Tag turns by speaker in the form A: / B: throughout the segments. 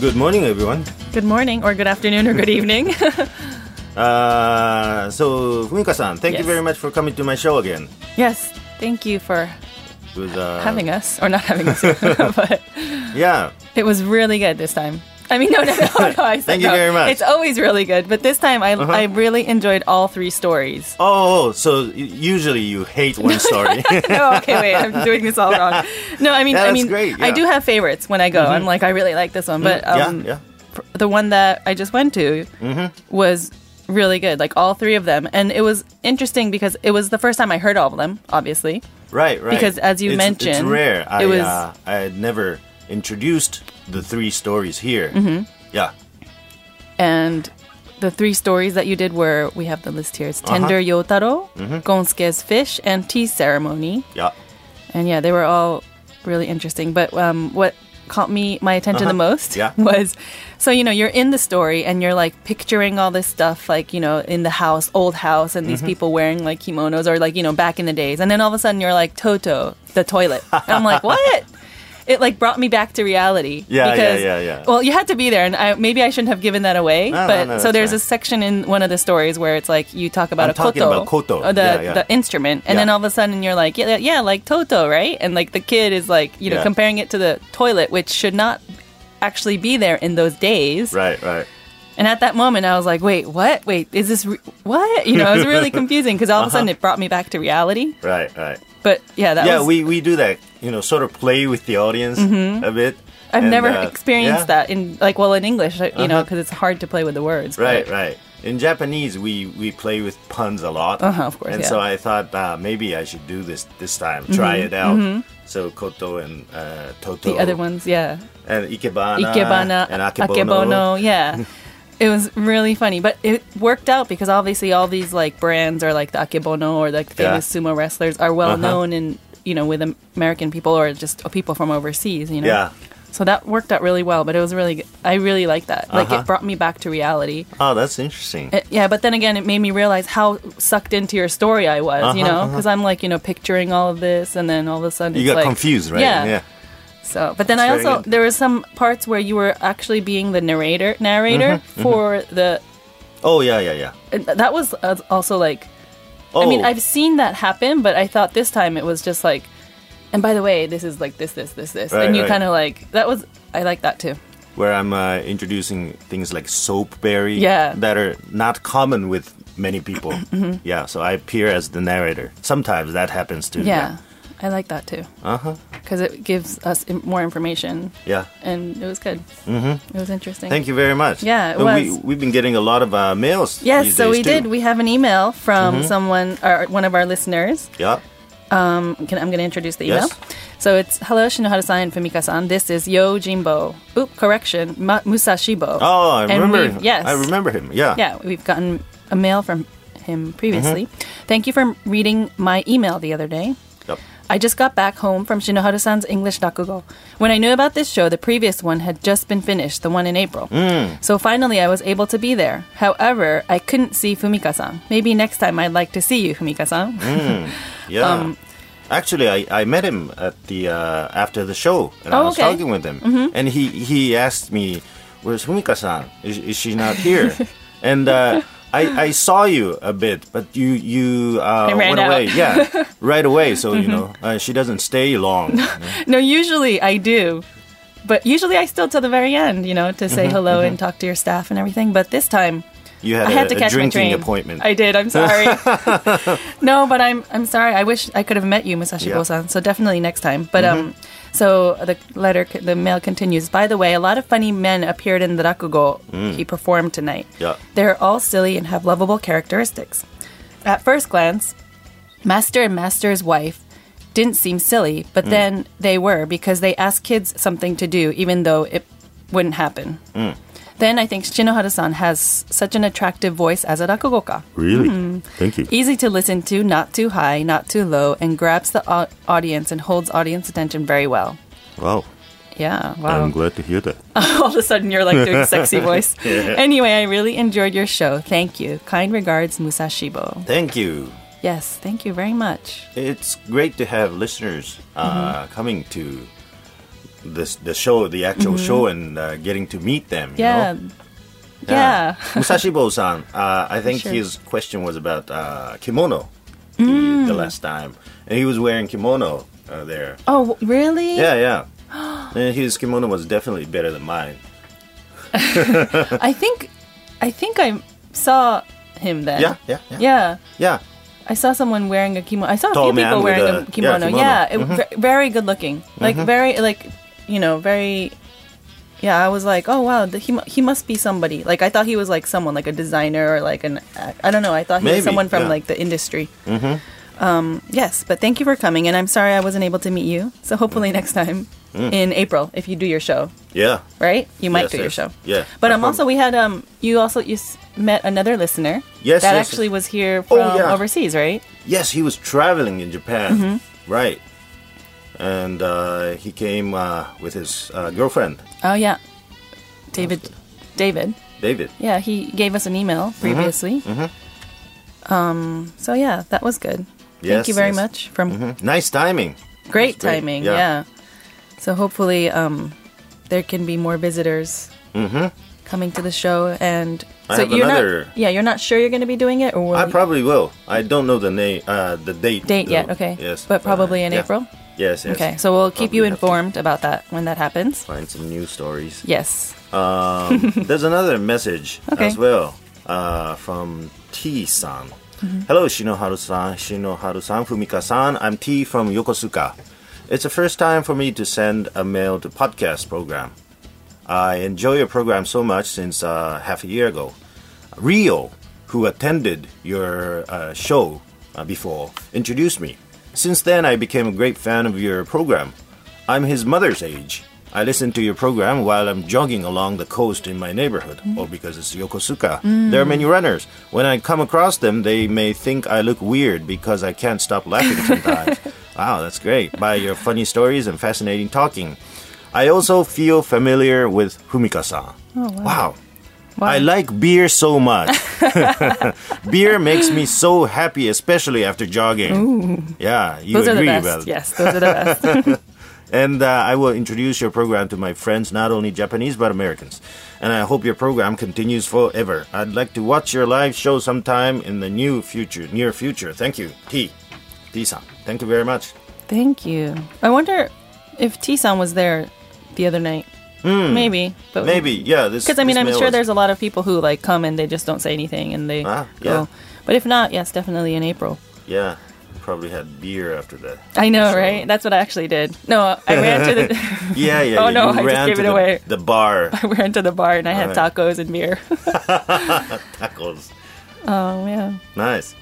A: Good morning, everyone.
B: Good morning, or good afternoon, or good evening.
A: Uh, so, Fumika-san, thank you
B: Yes.
A: very much for coming to my show again.
B: yes, thank you for
A: It was, uh,
B: having us, or not having us, but
A: Yeah,
B: it was really good this time. I mean, no, no, no, no. I said
A: Thank you
B: no.
A: very much. Uh-huh.
B: It's always really good, but this time I, I really enjoyed all three stories.
A: Oh, oh, so y- usually you hate one story.
B: no, okay, wait, I'm doing this all wrong. No, I mean,
A: Yeah,
B: I
A: that's
B: mean,
A: great,
B: I
A: yeah. Mm-hmm.
B: do have favorites when I go. I'm like, I really like this one, but
A: yeah,
B: um,
A: yeah. Mm-hmm.
B: pr- the one that I just went to was really good. Like all three of them, and it was interesting because it was the first time I heard all of them, obviously.
A: Right, right.
B: because as you
A: It's- it's
B: mentioned,
A: rare. I,
B: it was-
A: uh, I had never introduced the three stories here. Mm-hmm. Yeah,
B: And the three stories that you did were we have the list here. It's Tender Yotaro, Gonsuke's Fish, and Tea Ceremony.
A: yeah.
B: And yeah, they were all really interesting. But um, what caught me my attention the most
A: Uh-huh. Yeah.
B: was so you know you're in the story and you're like picturing all this stuff like you know in the house old house and
A: Mm-hmm.
B: these people wearing like kimonos or like you know back in the days and then all of a sudden you're like toto the toilet and i'm like what it like brought me back to reality
A: Yeah, yeah,
B: because
A: yeah, yeah.
B: well you had to be there and I, maybe i shouldn't have given that away
A: No, no,
B: but
A: no,
B: so
A: that's
B: there's
A: fine.
B: a section in one of the stories where it's like you talk
A: I'm
B: about a
A: talking
B: koto,
A: about koto.
B: uh, the,
A: Yeah, yeah.
B: the instrument and
A: Yeah.
B: then all of a sudden you're like yeah yeah like toto right and like the kid is like you know
A: Yeah.
B: comparing it to the toilet which should not actually be there in those days
A: Right, right.
B: and at that moment i was like wait what wait is this re- what you know it was really confusing because all of a sudden it brought me back to reality
A: Right, right.
B: but yeah that
A: Uh-huh. yeah,
B: was Mm-hmm.
A: we, we do that, you know, sort of play with the audience a bit.
B: i've
A: And,
B: never
A: uh,
B: experienced
A: yeah. Uh-huh.
B: that in like well in english you know because it's hard to play with the words but-
A: Right, right. In Japanese, we, we play with puns a lot,
B: Uh-huh, of course,
A: and
B: yeah. Mm-hmm,
A: so I thought uh, maybe I should do this this time, try it out. So koto and uh, toto,
B: the other ones yeah
A: and ikebana,
B: Ikebana,
A: Ah, and akebono.
B: Akebono. Yeah. it was really funny. But it worked out because obviously all these like brands are like the Akebono or like the
A: Yeah.
B: famous sumo wrestlers are well
A: Uh-huh.
B: known in, you know, with Am- American people or just people from overseas, you know?
A: Yeah.
B: So that worked out really well, but it was really, g- I really liked that. Like
A: Uh-huh.
B: it brought me back to reality.
A: Oh, that's interesting.
B: It- yeah, but then again, it made me realize how sucked into your story I was, you
A: Uh-huh,
B: know? Because I'm like, you know, picturing all of this and then all of a sudden
A: You
B: it's
A: got
B: like,
A: confused, right?
B: yeah. So, but then
A: That's very
B: I also
A: good.
B: there were some parts where you were actually being the narrator narrator
A: Mm-hmm,
B: for the
A: Oh, yeah, yeah, yeah.
B: and th- that was uh, also like
A: Oh,
B: I mean I've seen that happen, but I thought this time it was just like, and by the way, this is like this this this this,
A: Right,
B: and you
A: right.
B: kind of like that was I like that too.
A: where I'm uh, introducing things like soapberry,
B: Yeah. Mm-hmm.
A: that are not common with many people. Yeah, so I appear as the narrator. Sometimes that happens too.
B: Yeah, I like that too
A: Uh huh.
B: because it gives us im- more information,
A: Yeah.
B: and it was good. Mm-hmm. It was interesting.
A: Thank you very much.
B: Yeah, it
A: But We,
B: was.
A: we've been getting a lot of uh, mails.
B: Yes,
A: these days,
B: so we
A: too. Mm-hmm.
B: did. We have an email from someone or one of our listeners.
A: Yeah.
B: Can, I'm going to introduce the email.
A: Yes.
B: So it's hello Shinohara-san and Fumika-san. This is Yo Jimbo. Oop, correction, Ma- Musashibo.
A: Oh, I
B: And
A: remember.
B: we've-
A: him.
B: Yes,
A: I remember him. Yeah.
B: Yeah, we've gotten a mail from him previously.
A: Mm-hmm.
B: Thank you for reading my email the other day.
A: Yep.
B: I just got back home from Shinoharu-san's English Dakugo. When I knew about this show, the previous one had just been finished, the one in April.
A: Mm.
B: So finally, I was able to be there. However, I couldn't see Fumika-san. Maybe next time I'd like to see you, Fumika-san.
A: Yeah.
B: Um,
A: Actually, I, I met him at the uh, after the show, and I
B: Oh,
A: was
B: okay. Mm-hmm.
A: talking with him, and he, he asked me, "Where's Humika-san? Is, is she not here?" and uh, I, I saw you a bit, but you you uh,
B: I ran
A: went
B: out. Mm-hmm.
A: away, yeah, right away. So you know uh, she doesn't stay long.
B: No, usually I do. But usually I still till the very end, you know, to say hello and talk to your staff and everything. But this time
A: You had,
B: I
A: Mm-hmm, a,
B: had to
A: a
B: catch my
A: drinking
B: train.
A: appointment.
B: I did. I'm sorry. no, but I'm I'm sorry. I wish I could have met you, Musashi Bosan. So definitely next time. But um,
A: Mm-hmm.
B: so the letter, c- the mail continues. By the way, a lot of funny men appeared in the rakugo
A: Mm.
B: he performed tonight.
A: Yeah.
B: They're all silly and have lovable characteristics. At first glance, Master and Master's wife didn't seem silly, but then they were because they asked kids something to do, even though it wouldn't happen. Then I think Shinohara san has such an attractive voice as a rakugoka.
A: really?
B: Mm-hmm.
A: Thank you.
B: Easy to listen to, not too high, not too low, and grabs the au- audience and holds audience attention very well.
A: Wow,
B: Yeah, wow.
A: glad to hear that.
B: All of a sudden, you're like doing sexy voice. Anyway, I really enjoyed your show. Thank you. Kind regards, Musashibo.
A: Thank you.
B: Yes, thank you very much. Mm-hmm.
A: It's great to have listeners uh, coming to the the show, the actual show, and uh, getting to meet them. You
B: Mm-hmm. Yeah.
A: know?
B: Yeah.
A: Musashi Bo-san. Uh, I think
B: Sure.
A: his question was about uh, kimono the, the
B: Mm.
A: last time, and he was wearing kimono uh, there.
B: Oh, really?
A: Yeah, yeah. and his kimono was definitely better than mine.
B: I think I think I saw him then.
A: Yeah, yeah, yeah.
B: Yeah.
A: Yeah,
B: I saw someone wearing a kimono. I saw a
A: Tall
B: few people
A: man with
B: wearing
A: a-
B: a,
A: yeah, kimono.
B: kimono.
A: Mm-hmm.
B: Yeah, it, ve- very good looking. Like very like you know very. Yeah, I was like, oh wow, the, he mu- he must be somebody. Like I thought he was like someone like a designer or like an ac- I don't know. I thought he
A: Maybe,
B: was someone from
A: yeah.
B: like the industry. Mm-hmm. Um, yes, but thank you for coming, and I'm sorry I wasn't able to meet you. So hopefully
A: Mm.
B: next time in April, if you do your show,
A: yeah.
B: right? You might
A: Yes,
B: do
A: yes.
B: your show.
A: Yeah.
B: But
A: I
B: um,
A: hope-
B: also we had um, you also you s- met another listener.
A: Yes,
B: That
A: yes,
B: actually
A: yes.
B: was here
A: Oh,
B: from
A: yeah.
B: overseas, right?
A: Yes, he was traveling in Japan,
B: Mm-hmm.
A: right? And uh, he came uh, with his uh, girlfriend,
B: Oh yeah, David. David.
A: David.
B: Yeah, he gave us an email
A: Mm-hmm.
B: previously. Um. So yeah, that was good.
A: Yes,
B: Thank you very
A: yes.
B: much. From
A: Mm-hmm. Nice timing.
B: great
A: That's great.
B: timing.
A: Yeah.
B: Yeah. So hopefully, um, there can be more visitors coming to the show. And
A: Mm-hmm. I
B: so
A: have
B: you're
A: another-
B: not. Yeah, you're not sure you're going to be doing it, or will
A: I
B: you-
A: probably will. I don't know the name, uh, the date.
B: date
A: though.
B: yet? Okay.
A: Yes,
B: But probably in
A: yeah.
B: April.
A: Yes. Yes.
B: Okay, so we'll keep
A: Probably
B: you
A: have to
B: informed about that when that happens.
A: Find some new stories.
B: Yes.
A: Um, there's another message
B: Okay.
A: as well uh, from T san. Hello, Shinoharu san, Shinoharu san, Fumika san. I'm T from Yokosuka. It's the first time for me to send a mail to podcast program. I enjoy your program so much since uh, half a year ago. Rio, who attended your uh, show uh, before, introduced me. Since then, I became a great fan of your program. I'm his mother's age. I listen to your program while I'm jogging along the coast in my neighborhood, or because it's Yokosuka. There are many runners. When I come across them, they may think I look weird because I can't stop laughing sometimes. wow, that's great. By your funny stories and fascinating talking. I also feel familiar with Humika san. wow. I like beer so much. beer makes me so happy, especially after jogging. Yeah, you
B: Those are the
A: agree
B: best.
A: about
B: Yes, those are the best.
A: and uh, I will introduce your program to my friends, not only Japanese but Americans. And I hope your program continues forever. I'd like to watch your live show sometime in the new future, near future. Thank you, T. T-san. Thank you very much.
B: Thank you. I wonder if T-san was there the other night. Maybe. But
A: Hmm. Maybe, yeah. This
B: Because I mean,
A: this
B: I'm
A: mail
B: sure
A: was-
B: there's a lot of people who like come and they just don't say anything and they
A: Ah,
B: go.
A: yeah.
B: But if not, yes, definitely in April.
A: yeah. Probably had beer after that.
B: I know,
A: So-
B: right? That's what I actually did. No, I ran to the
A: Yeah, yeah.
B: Oh,
A: yeah.
B: no,
A: You
B: I just
A: ran
B: gave
A: to
B: it
A: the-
B: away.
A: The bar
B: I ran to the bar and I had
A: Alright.
B: tacos and beer.
A: tackles.
B: oh yeah.
A: Nice.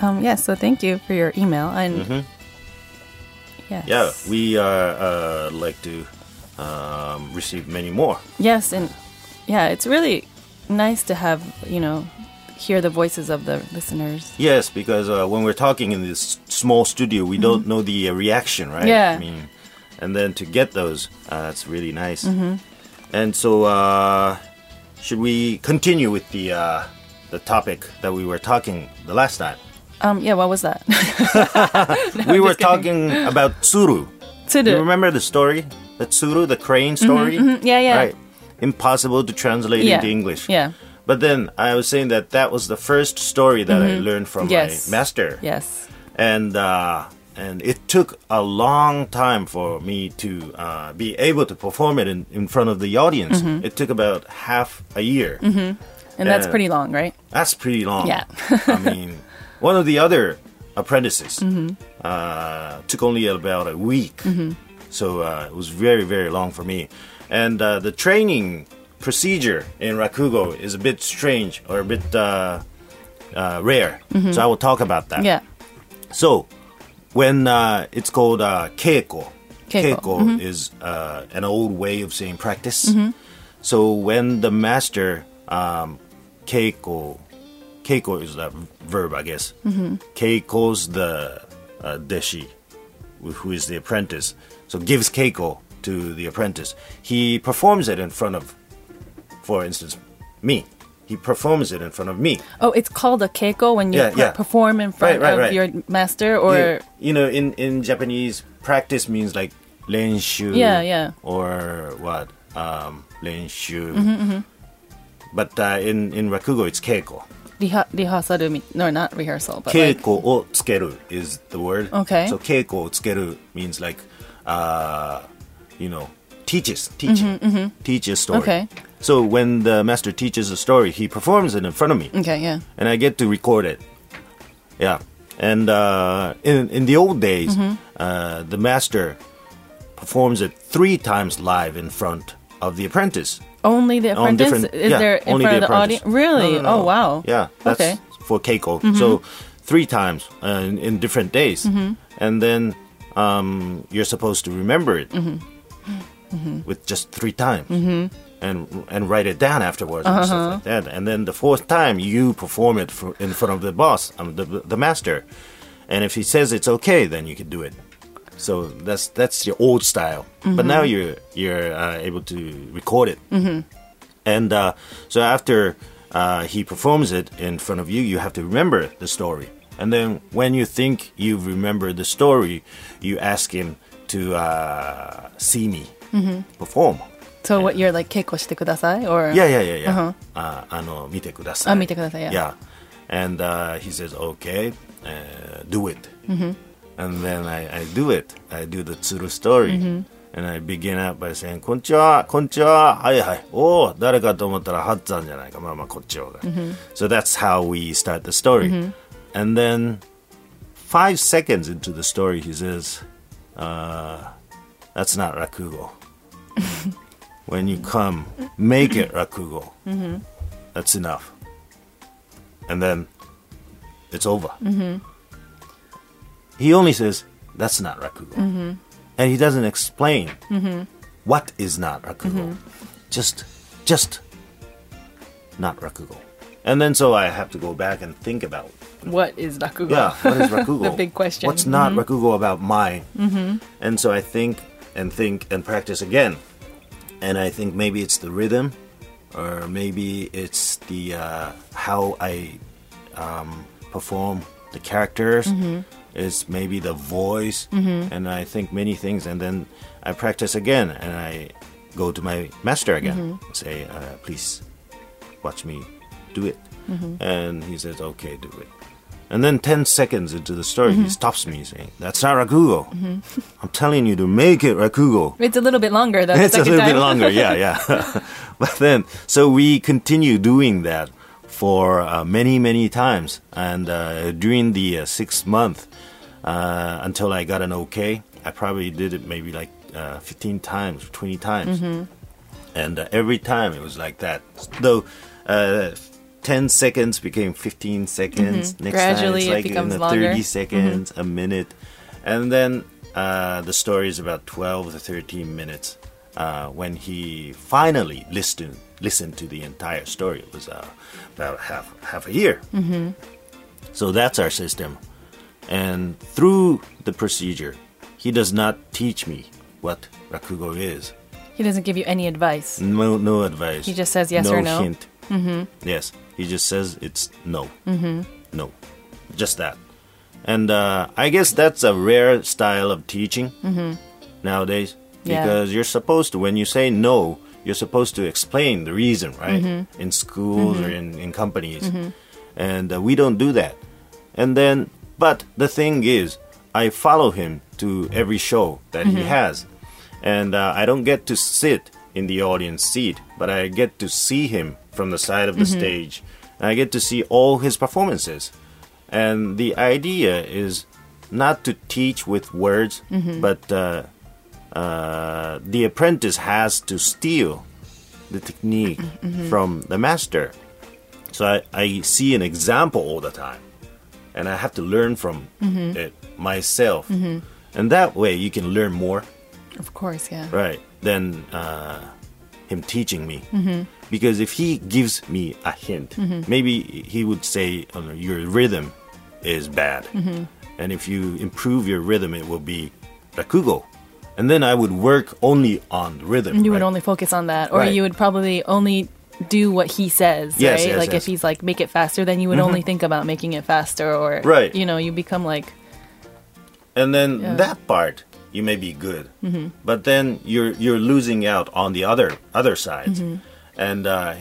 B: Um. Yeah. So thank you for your email and. Yes.
A: Mm-hmm. Yeah, we uh, uh, like to um, receive many more.
B: Yes, and yeah, it's really nice to have you know hear the voices of the listeners.
A: Yes, because uh, when we're talking in this small studio, we don't know the uh, reaction, right?
B: Mm-hmm. Yeah.
A: I mean, and then to get those, uh, that's really nice.
B: Mm-hmm.
A: And so, uh, should we continue with the uh, the topic that we were talking the last time?
B: Um, yeah, what was that?
A: we were
B: just kidding.
A: talking about tsuru.
B: Tsuru.
A: Do you remember the story? The tsuru, the crane story.
B: Mm, yeah, Mm-hmm, yeah,
A: Right. Impossible to translate
B: yeah.
A: into English.
B: Yeah,
A: But then I was saying that that was the first story that I learned from
B: Yes.
A: my master,
B: yes,
A: and uh, and it took a long time for me to uh, be able to perform it in, in front of the audience. It took about half a year.
B: and that's
A: Yeah.
B: pretty long, right?
A: That's pretty long.
B: Yeah.
A: I mean, one of the other apprentices
B: Mm-hmm.
A: uh, took only about a week. So uh, it was very, very long for me. And uh, the training procedure in Rakugo is a bit strange or a bit uh, uh, rare. So I will talk about that.
B: Mm-hmm. Yeah,
A: So when uh, it's called uh, keiko,
B: Keiko,
A: is uh, an old way of saying practice. So when the master um, keiko, keiko is the verb, I guess. Keiko's the uh, deshi, wh- who is the apprentice. So gives keiko to the apprentice. He performs it in front of, for instance, me. He performs it in front of me.
B: Oh, it's called a keiko when you
A: Yeah,
B: per-
A: yeah.
B: perform in
A: Right,
B: front
A: right,
B: of
A: right.
B: your master, or
A: you, you know in in japanese practice means like 練習
B: Yeah, yeah.
A: or what um 練習
B: Mm-hmm,
A: but uh, in in rakugo it's keiko
B: Reha- rehearsal, no, not rehearsal, but like,
A: keiko o tsukeru is the word
B: Okay.
A: so keiko o tsukeru means like uh you know teaches teaching teaches story
B: Mm-hmm, Okay.
A: so when the master teaches a story he performs it in front of me
B: okay, yeah.
A: and I get to record it. Yeah, and uh, in in the old days, uh, the master performs it three times live in front of the apprentice.
B: Only the
A: On
B: apprentice
A: different,
B: is
A: yeah,
B: there in
A: only
B: front of the
A: apprentice.
B: audience. Really?
A: No, no, no,
B: Oh
A: no.
B: wow.
A: Yeah, that's
B: okay. Mm-hmm.
A: for Keiko. So three times uh, in, in different days, and then um, you're supposed to remember it
B: Mm-hmm.
A: with just three times. And, and write it down afterwards and
B: Uh-huh.
A: stuff like that. And then the fourth time, you perform it for, in front of the boss, um, the, the master. And if he says it's okay, then you can do it. So that's that's the old style.
B: Mm-hmm.
A: But now you're you're uh, able to record it. And uh, so after uh, he performs it in front of you, you have to remember the story. And then when you think you've remembered the story, you ask him to uh, see me perform.
B: So what you're like keiko shite kudasai or
A: Yeah, yeah, yeah, yeah.
B: Uh-huh.
A: Uh, あの、見てください.
B: あ、見てください, yeah.
A: And uh, he says, okay, uh, do it. And then I, I do it. I do the tsuru story. And I begin out by saying, Oh, こんにちは、こんにちは、はいはい。おー、誰かと思ったら、はっちゃんじゃないか。まあまあ、こっちを。So that's how we start the story. And then five seconds into the story, he says, uh, that's not rakugo when you come, make it rakugo. That's enough. And then it's over. He only says, that's not rakugo. And he doesn't explain what is not rakugo. Just, just not rakugo. And then so I have to go back and think about
B: what is rakugo?
A: yeah, what is rakugo?
B: The big question. Mm-hmm.
A: What's not rakugo about my? And so I think and think and practice again, and I think maybe it's the rhythm, or maybe it's the uh, how I um, perform the characters.
B: Mm-hmm.
A: It's maybe the voice, and I think many things. And then I practice again, and I go to my master again,
B: Mm-hmm.
A: say, uh, please watch me do it.
B: Mm-hmm.
A: And he says, okay, do it. And then 10 seconds into the story, he stops me saying, that's not Rakugo. I'm telling you to make it Rakugo.
B: It's a little bit longer though. the
A: It's a
B: second
A: little
B: time.
A: bit longer, yeah, yeah. but then, so we continue doing that for uh, many, many times. And uh, during the uh, sixth month, uh, until I got an okay, I probably did it maybe like uh, 15 times, 20 times and uh, every time it was like that. Though uh, ten seconds became fifteen seconds. Next time
B: Mm-hmm. Gradually
A: it's
B: it
A: like
B: becomes
A: in the
B: longer. Mm-hmm.
A: thirty seconds, a minute, and then uh, the story is about twelve to thirteen minutes. Uh, when he finally listened listened to the entire story, it was uh, about half half a year. Mm-hmm. So that's our system, and through the procedure, he does not teach me what rakugo is.
B: He doesn't give you any advice.
A: No, no advice.
B: He just says yes or no?
A: hint. Mm-hmm. Yes, he just says it's no. Mm-hmm. No, just that. And uh, I guess that's a rare style of teaching nowadays
B: Yeah.
A: because you're supposed to, when you say no, you're supposed to explain the reason, right? In schools or in, in companies. And uh, we don't do that. And then, but the thing is, I follow him to every show that he has. And uh, I don't get to sit in the audience seat, but I get to see him from the side of the stage. And I get to see all his performances. And the idea is not to teach with words, but uh, uh, the apprentice has to steal the technique from the master. So I, I see an example all the time, and I have to learn from it myself. And that way, you can learn more,
B: Of course, yeah.
A: right, than uh, him teaching me.
B: Mm-hmm.
A: Because if he gives me a hint, maybe he would say, oh, no, Your rhythm is bad.
B: Mm-hmm.
A: And if you improve your rhythm, it will be rakugo. And then I would work only on the rhythm.
B: You would
A: right?
B: only focus on that, or
A: Right.
B: you would probably only do what he says,
A: Yes,
B: right?
A: yes, yes.
B: like
A: Mm-hmm.
B: if he's like make it faster, then you would only think about making it faster, or
A: Right.
B: You know, you become like
A: And then
B: Yeah.
A: that part you may be good, but then you're you're losing out on the other other side, and uh,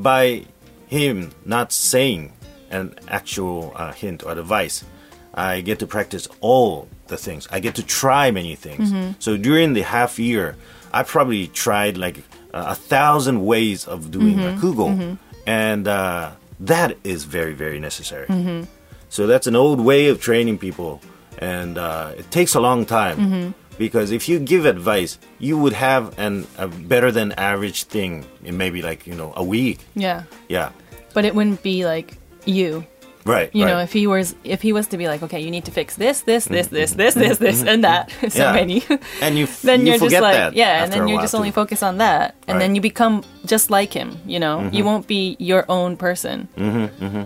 A: by him not saying an actual uh, hint or advice, I get to practice all the things. I get to try many things. So during the half year, I probably tried like a a thousand ways of doing a Kugel, and uh, that is very very necessary. So that's an old way of training people, and uh, it takes a long time.
B: Mm-hmm.
A: Because if you give advice, you would have an, a better than average thing in maybe like you know a week.
B: Yeah.
A: Yeah,
B: But it wouldn't be like you.
A: right.
B: You
A: right. Mm-hmm.
B: know, if he was if he was to be like, okay, you need to fix this, this, this, this, this, this, this, and that,
A: Yeah.
B: so many.
A: and you f-
B: then
A: you
B: are
A: forget
B: just like,
A: that
B: yeah, and
A: after a
B: then you're
A: while,
B: just
A: too.
B: only focused on that, and
A: Right. Mm-hmm.
B: then you become just like him. You know, you won't be your own person. Mm-hmm, mm-hmm.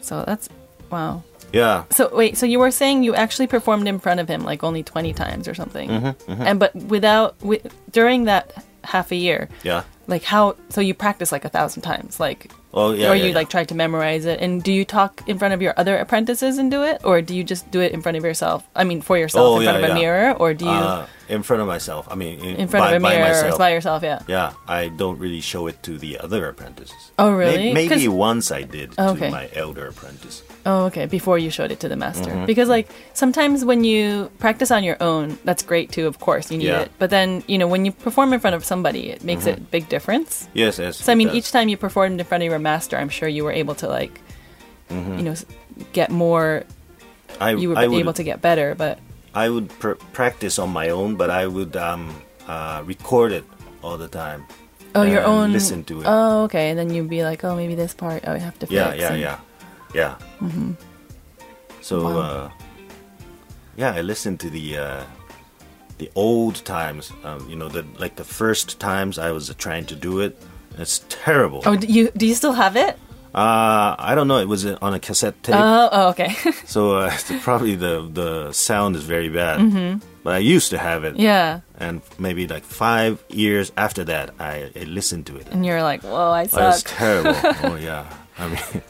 B: So that's wow.
A: yeah.
B: So wait, so you were saying you actually performed in front of him like only twenty times or something,
A: Mm-hmm,
B: and but without wi- during that half a year,
A: Yeah.
B: like how so you practice like a thousand times, like
A: Oh yeah.
B: or
A: yeah,
B: you
A: yeah.
B: like tried to memorize it, and do you talk in front of your other apprentices and do it, or do you just do it in front of yourself? I mean, for yourself
A: Oh,
B: in
A: yeah,
B: front of a
A: yeah.
B: mirror, or do you
A: uh, in front of myself. I mean, in,
B: in front
A: by,
B: of a
A: by
B: mirror
A: myself.
B: or by yourself? Yeah.
A: yeah, I don't really show it to the other apprentices.
B: Oh,
A: May-
B: really?
A: Maybe,
B: 'Cause-
A: once I did to
B: Okay.
A: my elder apprentice.
B: Oh, okay. Before you showed it to the master.
A: Mm-hmm.
B: Because, like, sometimes when you practice on your own, that's great too, of course, you need
A: Yeah.
B: it. But then, you know, when you perform in front of somebody, it makes a big difference.
A: Yes, yes.
B: So, I
A: it
B: mean,
A: does.
B: each time you performed in front of your master, I'm sure you were able to, like, you know, s- get more,
A: I,
B: you were
A: Mm-hmm. I would,
B: able to get better. But,
A: I would pr- practice on my own, but I would um, uh, record it all the time.
B: oh, your
A: and
B: own.
A: Listen to it.
B: Oh, okay. And then you'd be like, oh, maybe this part I would have to
A: yeah,
B: fix.
A: yeah,
B: and-
A: yeah, yeah. Mm-hmm. So,
B: Wow.
A: uh, yeah, I listened to the uh, the old times. Um, you know, the like the first times I was uh, trying to do it. It's terrible.
B: Oh, do you, do you still have it?
A: Uh, I don't know. It was on a cassette tape,
B: Oh, oh okay.
A: so uh, it's probably the the sound is very bad.
B: Mm-hmm.
A: But I used to have it,
B: yeah.
A: and maybe like five years after that, I, I listened to it.
B: And you're like, whoa, I
A: Oh, it's
B: suck.
A: terrible. oh yeah. I mean,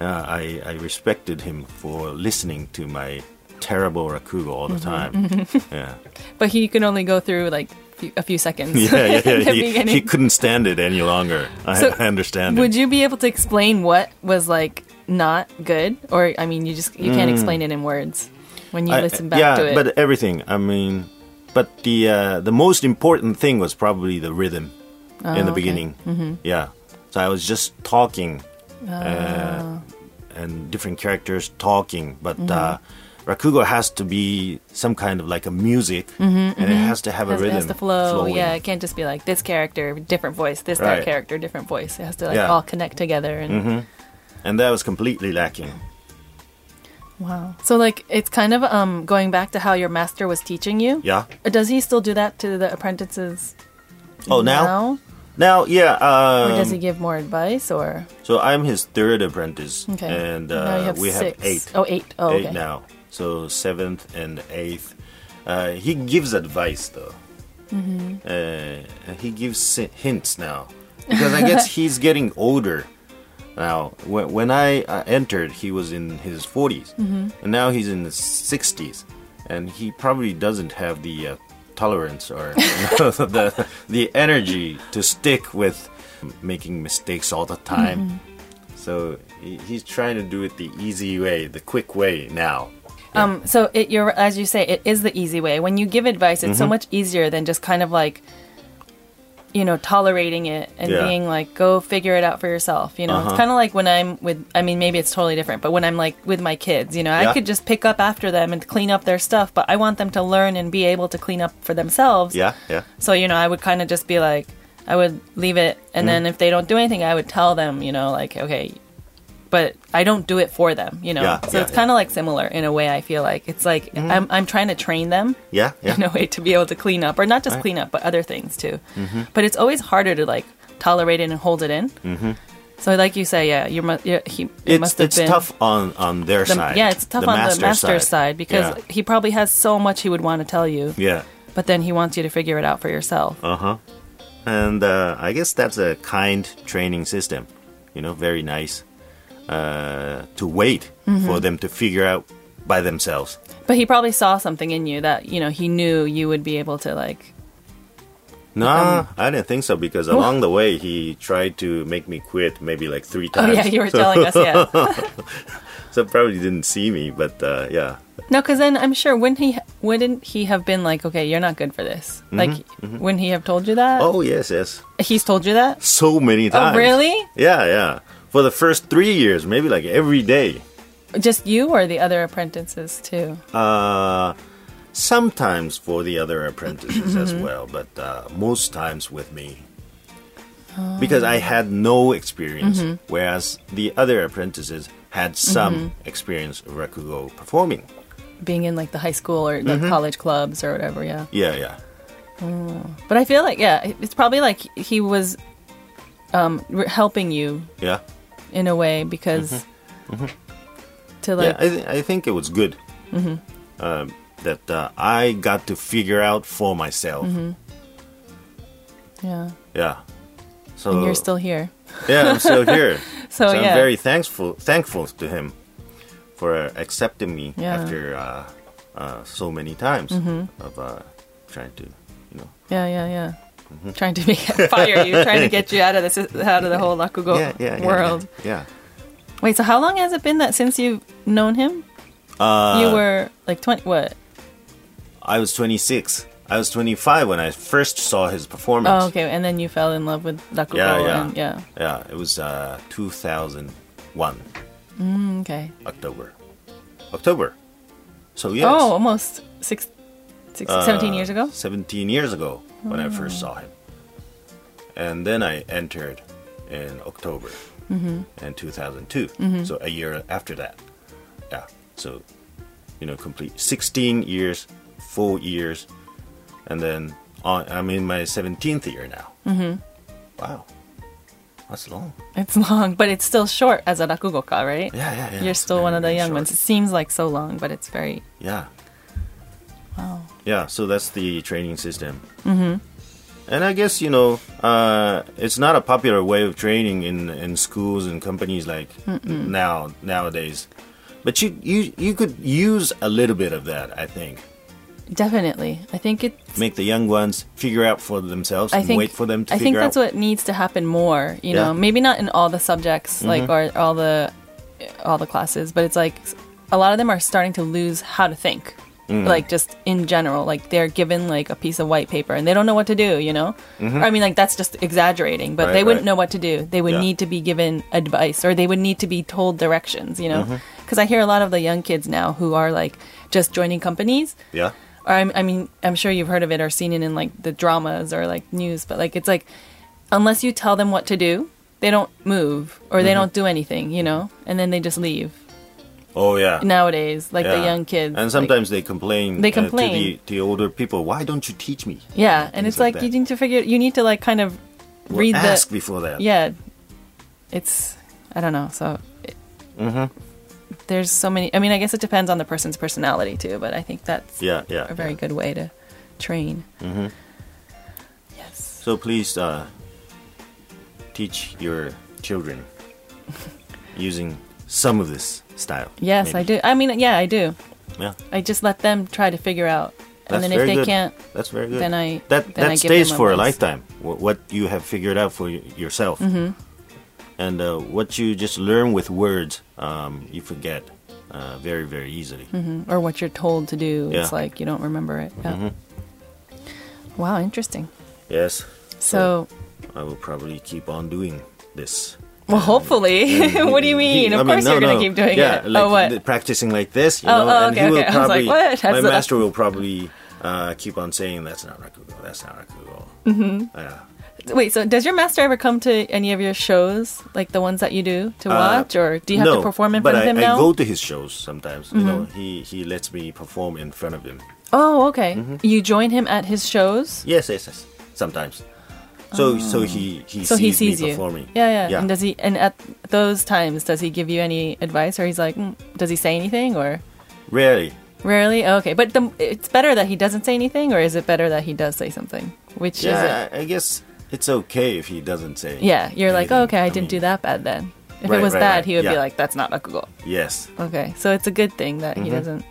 A: yeah, I I respected him for listening to my terrible rakugo all
B: Mm-hmm,
A: the time. Yeah,
B: But he can only go through like few- a few seconds.
A: yeah, yeah.
B: in
A: yeah.
B: the
A: He,
B: beginning.
A: he couldn't stand it any longer. I,
B: So,
A: I understand.
B: Would
A: It.
B: you be able to explain what was like not good, or I mean, you just you can't explain it in words when you
A: Mm. I-
B: listen back
A: yeah,
B: to it.
A: but everything. I mean, but the uh, the most important thing was probably the rhythm in the
B: Oh, okay. Mm-hmm.
A: beginning. Yeah. So I was just talking,
B: Ah.
A: uh, and different characters talking, but. Uh,
B: Mm-hmm.
A: Rakugo has to be some kind of like a music, and it has to have
B: it Mm-hmm,
A: a rhythm.
B: has, it has to flow.
A: flowing.
B: Yeah, it can't just be like this character, different voice. This that
A: Right.
B: character, different voice. It has to like
A: Yeah. Mm-hmm.
B: all connect together. And
A: and that was completely lacking.
B: wow. So like it's kind of um going back to how your master was teaching you.
A: Yeah.
B: Does he still do that to the apprentices?
A: Oh, now,
B: now?
A: now, yeah.
B: Or
A: Um,
B: does he give more advice or
A: so I'm his third apprentice,
B: okay?
A: and
B: Now
A: uh,
B: you have
A: we have
B: six.
A: eight.
B: Oh, eight. Oh,
A: eight
B: okay.
A: now. So seventh and eighth. Uh, he gives advice though.
B: Mm-hmm.
A: Uh, he gives si- hints now because I guess he's getting older now. When, when I uh, entered, he was in his 40s,
B: Mm-hmm.
A: and now he's in his 60s, and he probably doesn't have the uh, tolerance or you know, the the energy to stick with making mistakes all the time.
B: Mm-hmm.
A: So he- he's trying to do it the easy way, the quick way now.
B: Um, so it, you're as you say, it is the easy way. When you give advice, it's
A: Mm-hmm.
B: so much easier than just kind of like, you know, tolerating it and
A: Yeah. Uh-huh.
B: being like, go figure it out for yourself. You know, it's kind of like when I'm with. I mean, maybe it's totally different, but when I'm like with my kids, you know,
A: Yeah.
B: I could just pick up after them and clean up their stuff, but I want them to learn and be able to clean up for themselves.
A: Yeah, yeah.
B: So you know, I would kind of just be like, I would leave it, and then if they don't do anything, I would tell them, you know, like, okay, but I don't do it for them, you know.
A: Yeah,
B: so
A: yeah,
B: it's
A: yeah.
B: kind of like similar in a way. I feel like it's like I'm I'm trying to train them
A: Yeah, yeah.
B: in a way to be able to clean up, or not just clean up, but other things too.
A: Mm-hmm.
B: But it's always harder to like tolerate it and hold it in. Mm-hmm. So like you say, yeah, you must. Yeah, he
A: It's,
B: it must have
A: it's
B: been
A: tough on, on their
B: the-
A: side.
B: Yeah, it's tough on the master's side, because
A: Yeah.
B: he probably has so much he would want to tell you,
A: yeah. Uh-huh.
B: but then he wants you to figure it out for yourself.
A: And uh, I guess that's a kind training system,
B: Mm-hmm.
A: you know, very nice uh, to wait for them to figure out by themselves.
B: But he probably saw something in you that, you know, he knew you would be able to like
A: No,
B: Um,
A: I didn't think so because along the way he tried to make me quit maybe like three
B: Oh
A: times.
B: yeah, you were
A: so,
B: telling us, yeah.
A: so probably didn't see me, but uh, yeah,
B: No, cuz then I'm sure wouldn't he wouldn't he have been like, "Okay, you're not good for this." Like wouldn't he have told you that?
A: Mm-hmm, Oh yes, yes.
B: He's told you that?
A: So many
B: Oh,
A: times.
B: really?
A: Yeah, yeah. For the first three years, maybe like every day.
B: Just you or the other apprentices too?
A: Uh, sometimes for the other apprentices
B: Mm-hmm.
A: as well, but uh, most times with me.
B: Oh.
A: Because I had no experience,
B: Mm-hmm.
A: whereas the other apprentices had some experience of Rakugo performing.
B: Being in like the high school or the
A: Mm-hmm.
B: college clubs or whatever, yeah.
A: Yeah, yeah.
B: But I feel like yeah, it's probably like he was um re- helping you
A: Yeah.
B: in a way because
A: Mm-hmm,
B: to
A: Yeah,
B: like Mm-hmm.
A: I, th- I think it was good Um, that uh, I got to figure out for myself.
B: Mm-hmm. yeah,
A: Yeah. So
B: and you're still here.
A: Yeah, I'm still here.
B: So,
A: I'm
B: yeah.
A: very thankful thankful to him for accepting me
B: Yeah. Mm-hmm.
A: after uh, uh, so many times of uh, trying to, you know.
B: Yeah, yeah, yeah.
A: Mm-hmm.
B: Trying to make fire you, trying to get you out of this, out of the whole Rakugo
A: Yeah, yeah, yeah,
B: Oh, world.
A: Yeah.
B: Wait, so how long has it been that since you've known him?
A: Uh,
B: you were like twenty. What?
A: I was 26. I was 25 when I first saw his performance.
B: Oh, okay. And then you fell in love with Rakugo.
A: Yeah, yeah.
B: And, yeah.
A: Yeah, it was uh, 2001
B: Okay.
A: October. October. So yes. Uh,
B: Oh, almost six, six seventeen years ago. Mm.
A: 17 years ago when I first saw him. And then I entered in October
B: Mm-hmm.
A: in 2002. So a year after that. Yeah. So, you know, complete 16 years, four years. And then on, I'm in my 17th year now. Mm-hmm. Wow. That's long.
B: It's long, but it's still short as a Rakugoka, right?
A: Yeah, yeah, yeah.
B: You're
A: It's
B: still
A: very,
B: one of the
A: very
B: young
A: short.
B: ones. It seems like so long, but it's very
A: Yeah. Wow. Yeah, so that's the training system. Mm-hmm. And I guess you know, uh, it's not a popular way of training in, in schools and companies like now nowadays. But you, you you could use a little bit of that, I think.
B: definitely. I think it.
A: Make the young ones figure out for themselves
B: I
A: and
B: think
A: wait for them to
B: I
A: figure
B: think that's
A: out.
B: what needs to happen more. You
A: Yeah. Mm-hmm.
B: know, maybe not in all the subjects, like or all the all the classes, but it's like a lot of them are starting to lose how to think.
A: Mm-hmm.
B: Like just in general, like they're given like a piece of white paper and they don't know what to do. You know, I mean, like that's just exaggerating, but
A: Mm-hmm. Right,
B: they wouldn't
A: right.
B: know what to do. They would
A: Yeah.
B: need to be given advice or they would need to be told directions. You know,
A: Mm-hmm.
B: because I hear a lot of the young kids now who are like just joining companies
A: yeah.
B: or I'm, I mean, I'm sure you've heard of it or seen it in like the dramas or like news, but like it's like unless you tell them what to do, they don't move or
A: Mm-hmm.
B: they don't do anything, you know, and then they just leave.
A: Oh yeah.
B: Nowadays, like the
A: Yeah.
B: young kids,
A: And
B: like-
A: sometimes they complain.
B: They
A: uh,
B: complain.
A: to the, the older people. Why don't you teach me?
B: yeah, and it's
A: like that.
B: like, you need to figure, you need to like kind of
A: Or
B: read
A: ask
B: the
A: before that.
B: yeah. It's I don't know, so. It,
A: Mm-hmm.
B: There's so many. I mean, I guess it depends on the person's personality too, but I think that's
A: Yeah. Yeah.
B: a very good way to train. Yes.
A: So please uh, teach your children using some of this style.
B: Yes, I do. I mean, yeah, I do.
A: do. Yeah,
B: I just let them try to figure out,
A: That's
B: and then
A: very
B: if they
A: good.
B: can't,
A: that's very good.
B: Then I-
A: that
B: then
A: that
B: I give
A: stays
B: them
A: for a
B: advice.
A: lifetime. wh- What you have figured out for y- yourself,
B: Mm-hmm.
A: and uh, what you just learn with words, um, you forget uh, very very easily.
B: or what you're told to do, it's
A: Yeah. Mm-hmm.
B: like you don't remember it. Yeah. Wow, interesting.
A: Yes,
B: So,
A: I will probably keep on doing this.
B: well, hopefully, what do you mean?
A: He-
B: of
A: I mean,
B: course,
A: no,
B: you're gonna
A: no.
B: keep doing
A: yeah,
B: it.
A: Like,
B: oh, what?
A: th- practicing like this, you
B: Oh,
A: know,
B: oh,
A: and
B: okay,
A: he will
B: okay. I was like,
A: probably.
B: what?
A: My
B: That's-
A: master will probably uh, keep on saying, "That's not rakugo. That's not rakugo." Mm-hmm. Yeah.
B: Wait, so does your master ever come to any of your shows, like the ones that you do, to watch, or do you have
A: Uh, no,
B: to perform in
A: but
B: front of
A: I,
B: him
A: I
B: now? Mm-hmm.
A: go to his shows sometimes. You know, he he lets me perform in front of him.
B: oh, okay.
A: Mm-hmm.
B: You join him at his shows.
A: Yes, yes, yes. Sometimes. So so he he
B: So
A: sees
B: he sees
A: me
B: you.
A: performing.
B: Yeah, yeah,
A: yeah.
B: And does he? And at those times, does he give you any advice, or he's like, mm, does he say anything, or?
A: Rarely.
B: Rarely. Okay, but the, it's better that he doesn't say anything, or is it better that he does say something? Which is it?
A: Yeah, I, I guess it's okay if he doesn't say.
B: Yeah, you're like,
A: anything.
B: oh, okay, I,
A: I
B: didn't
A: mean-
B: do that bad then. If
A: Right,
B: it was
A: right,
B: that,
A: right.
B: he would be
A: Yeah.
B: like, that's not rakugo.
A: Yes.
B: Okay, so it's a good thing that
A: Mm-hmm.
B: he doesn't.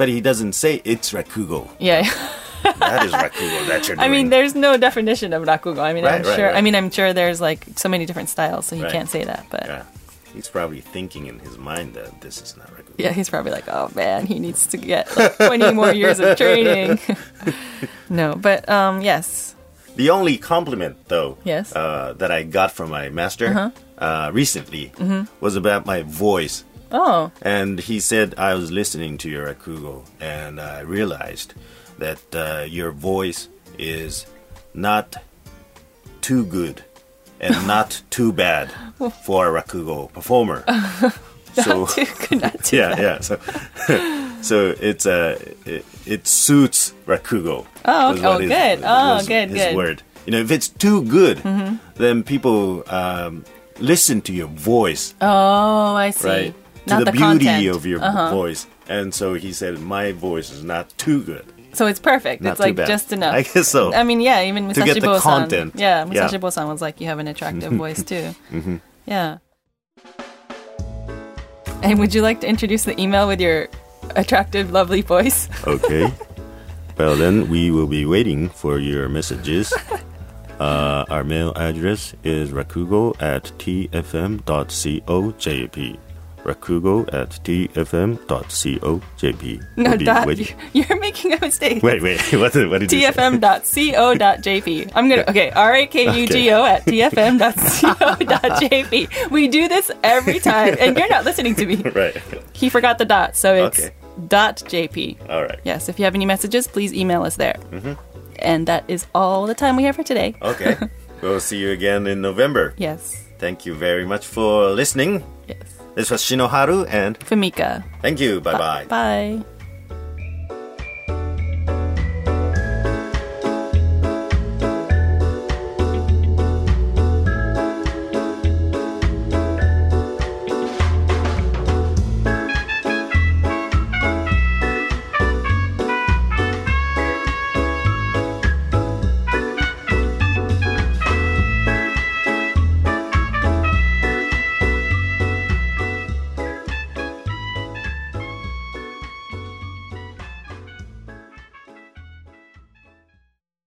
A: But he doesn't say it's rakugo.
B: Yeah,
A: That is rakugo that you're doing.
B: I mean, there's no definition of rakugo. I mean, I'm
A: Right, right,
B: sure. I
A: right.
B: mean, I'm sure there's like so many different styles, so he
A: Right.
B: can't say that. But yeah.
A: Yeah. He's probably thinking in his mind that this is not rakugo.
B: he's probably like, oh man, he needs to get like, 20 more years of training. no, but um, yes,
A: The only compliment, though,
B: Yes. Uh-huh.
A: uh, that I got from my master uh recently was about my voice.
B: Mm-hmm. oh,
A: And he said, I was listening to your Akugo and I realized that uh, your voice is not too good and not too bad for a Rakugo performer. so,
B: too good not to.
A: yeah, yeah. So, so it's uh, it, it suits Rakugo.
B: Oh,
A: was
B: okay.
A: what
B: Oh, good. Oh,
A: was
B: good,
A: His
B: good. Mm-hmm.
A: word. You know, if it's too good, then people um, listen to your voice,
B: Oh, I see.
A: right?
B: Not
A: to the,
B: the,
A: beauty
B: content. Uh-huh.
A: of your voice. And so he said, my voice is not too good.
B: So it's perfect.
A: Not
B: it's
A: too
B: like
A: bad.
B: just enough.
A: I guess so.
B: I mean, yeah, even
A: To get
B: Musashi
A: the
B: Bo-san.
A: content.
B: Yeah,
A: Yeah. Mm-hmm.
B: Musashi Bo-san was like, you have an attractive voice too. Yeah. And would you like to introduce the email with your attractive, lovely voice?
A: Okay. well, then we will be waiting for your messages. Uh, our mail address is rakugo at tfm.co.jp. Rakugo at tfm.co.jp.
B: No,
A: We'll be
B: dot.
A: waiting-
B: You're, you're making a mistake.
A: Wait, wait. What did, what did you say?
B: tfm.co.jp. I'm gonna okay. R a k u g o at tfm.co.jp. We do this every time, and you're not listening to me.
A: Right.
B: He forgot the dot, so it's
A: Okay.
B: dot jp.
A: All right.
B: Yes, if you have any messages, please email us there. And that is all the time we have for today.
A: Okay. we'll see you again in November.
B: Yes,
A: Thank you very much for listening.
B: yes.
A: This was Shinoharu, and
B: Famika.
A: thank you. Bye bye.
B: Bye.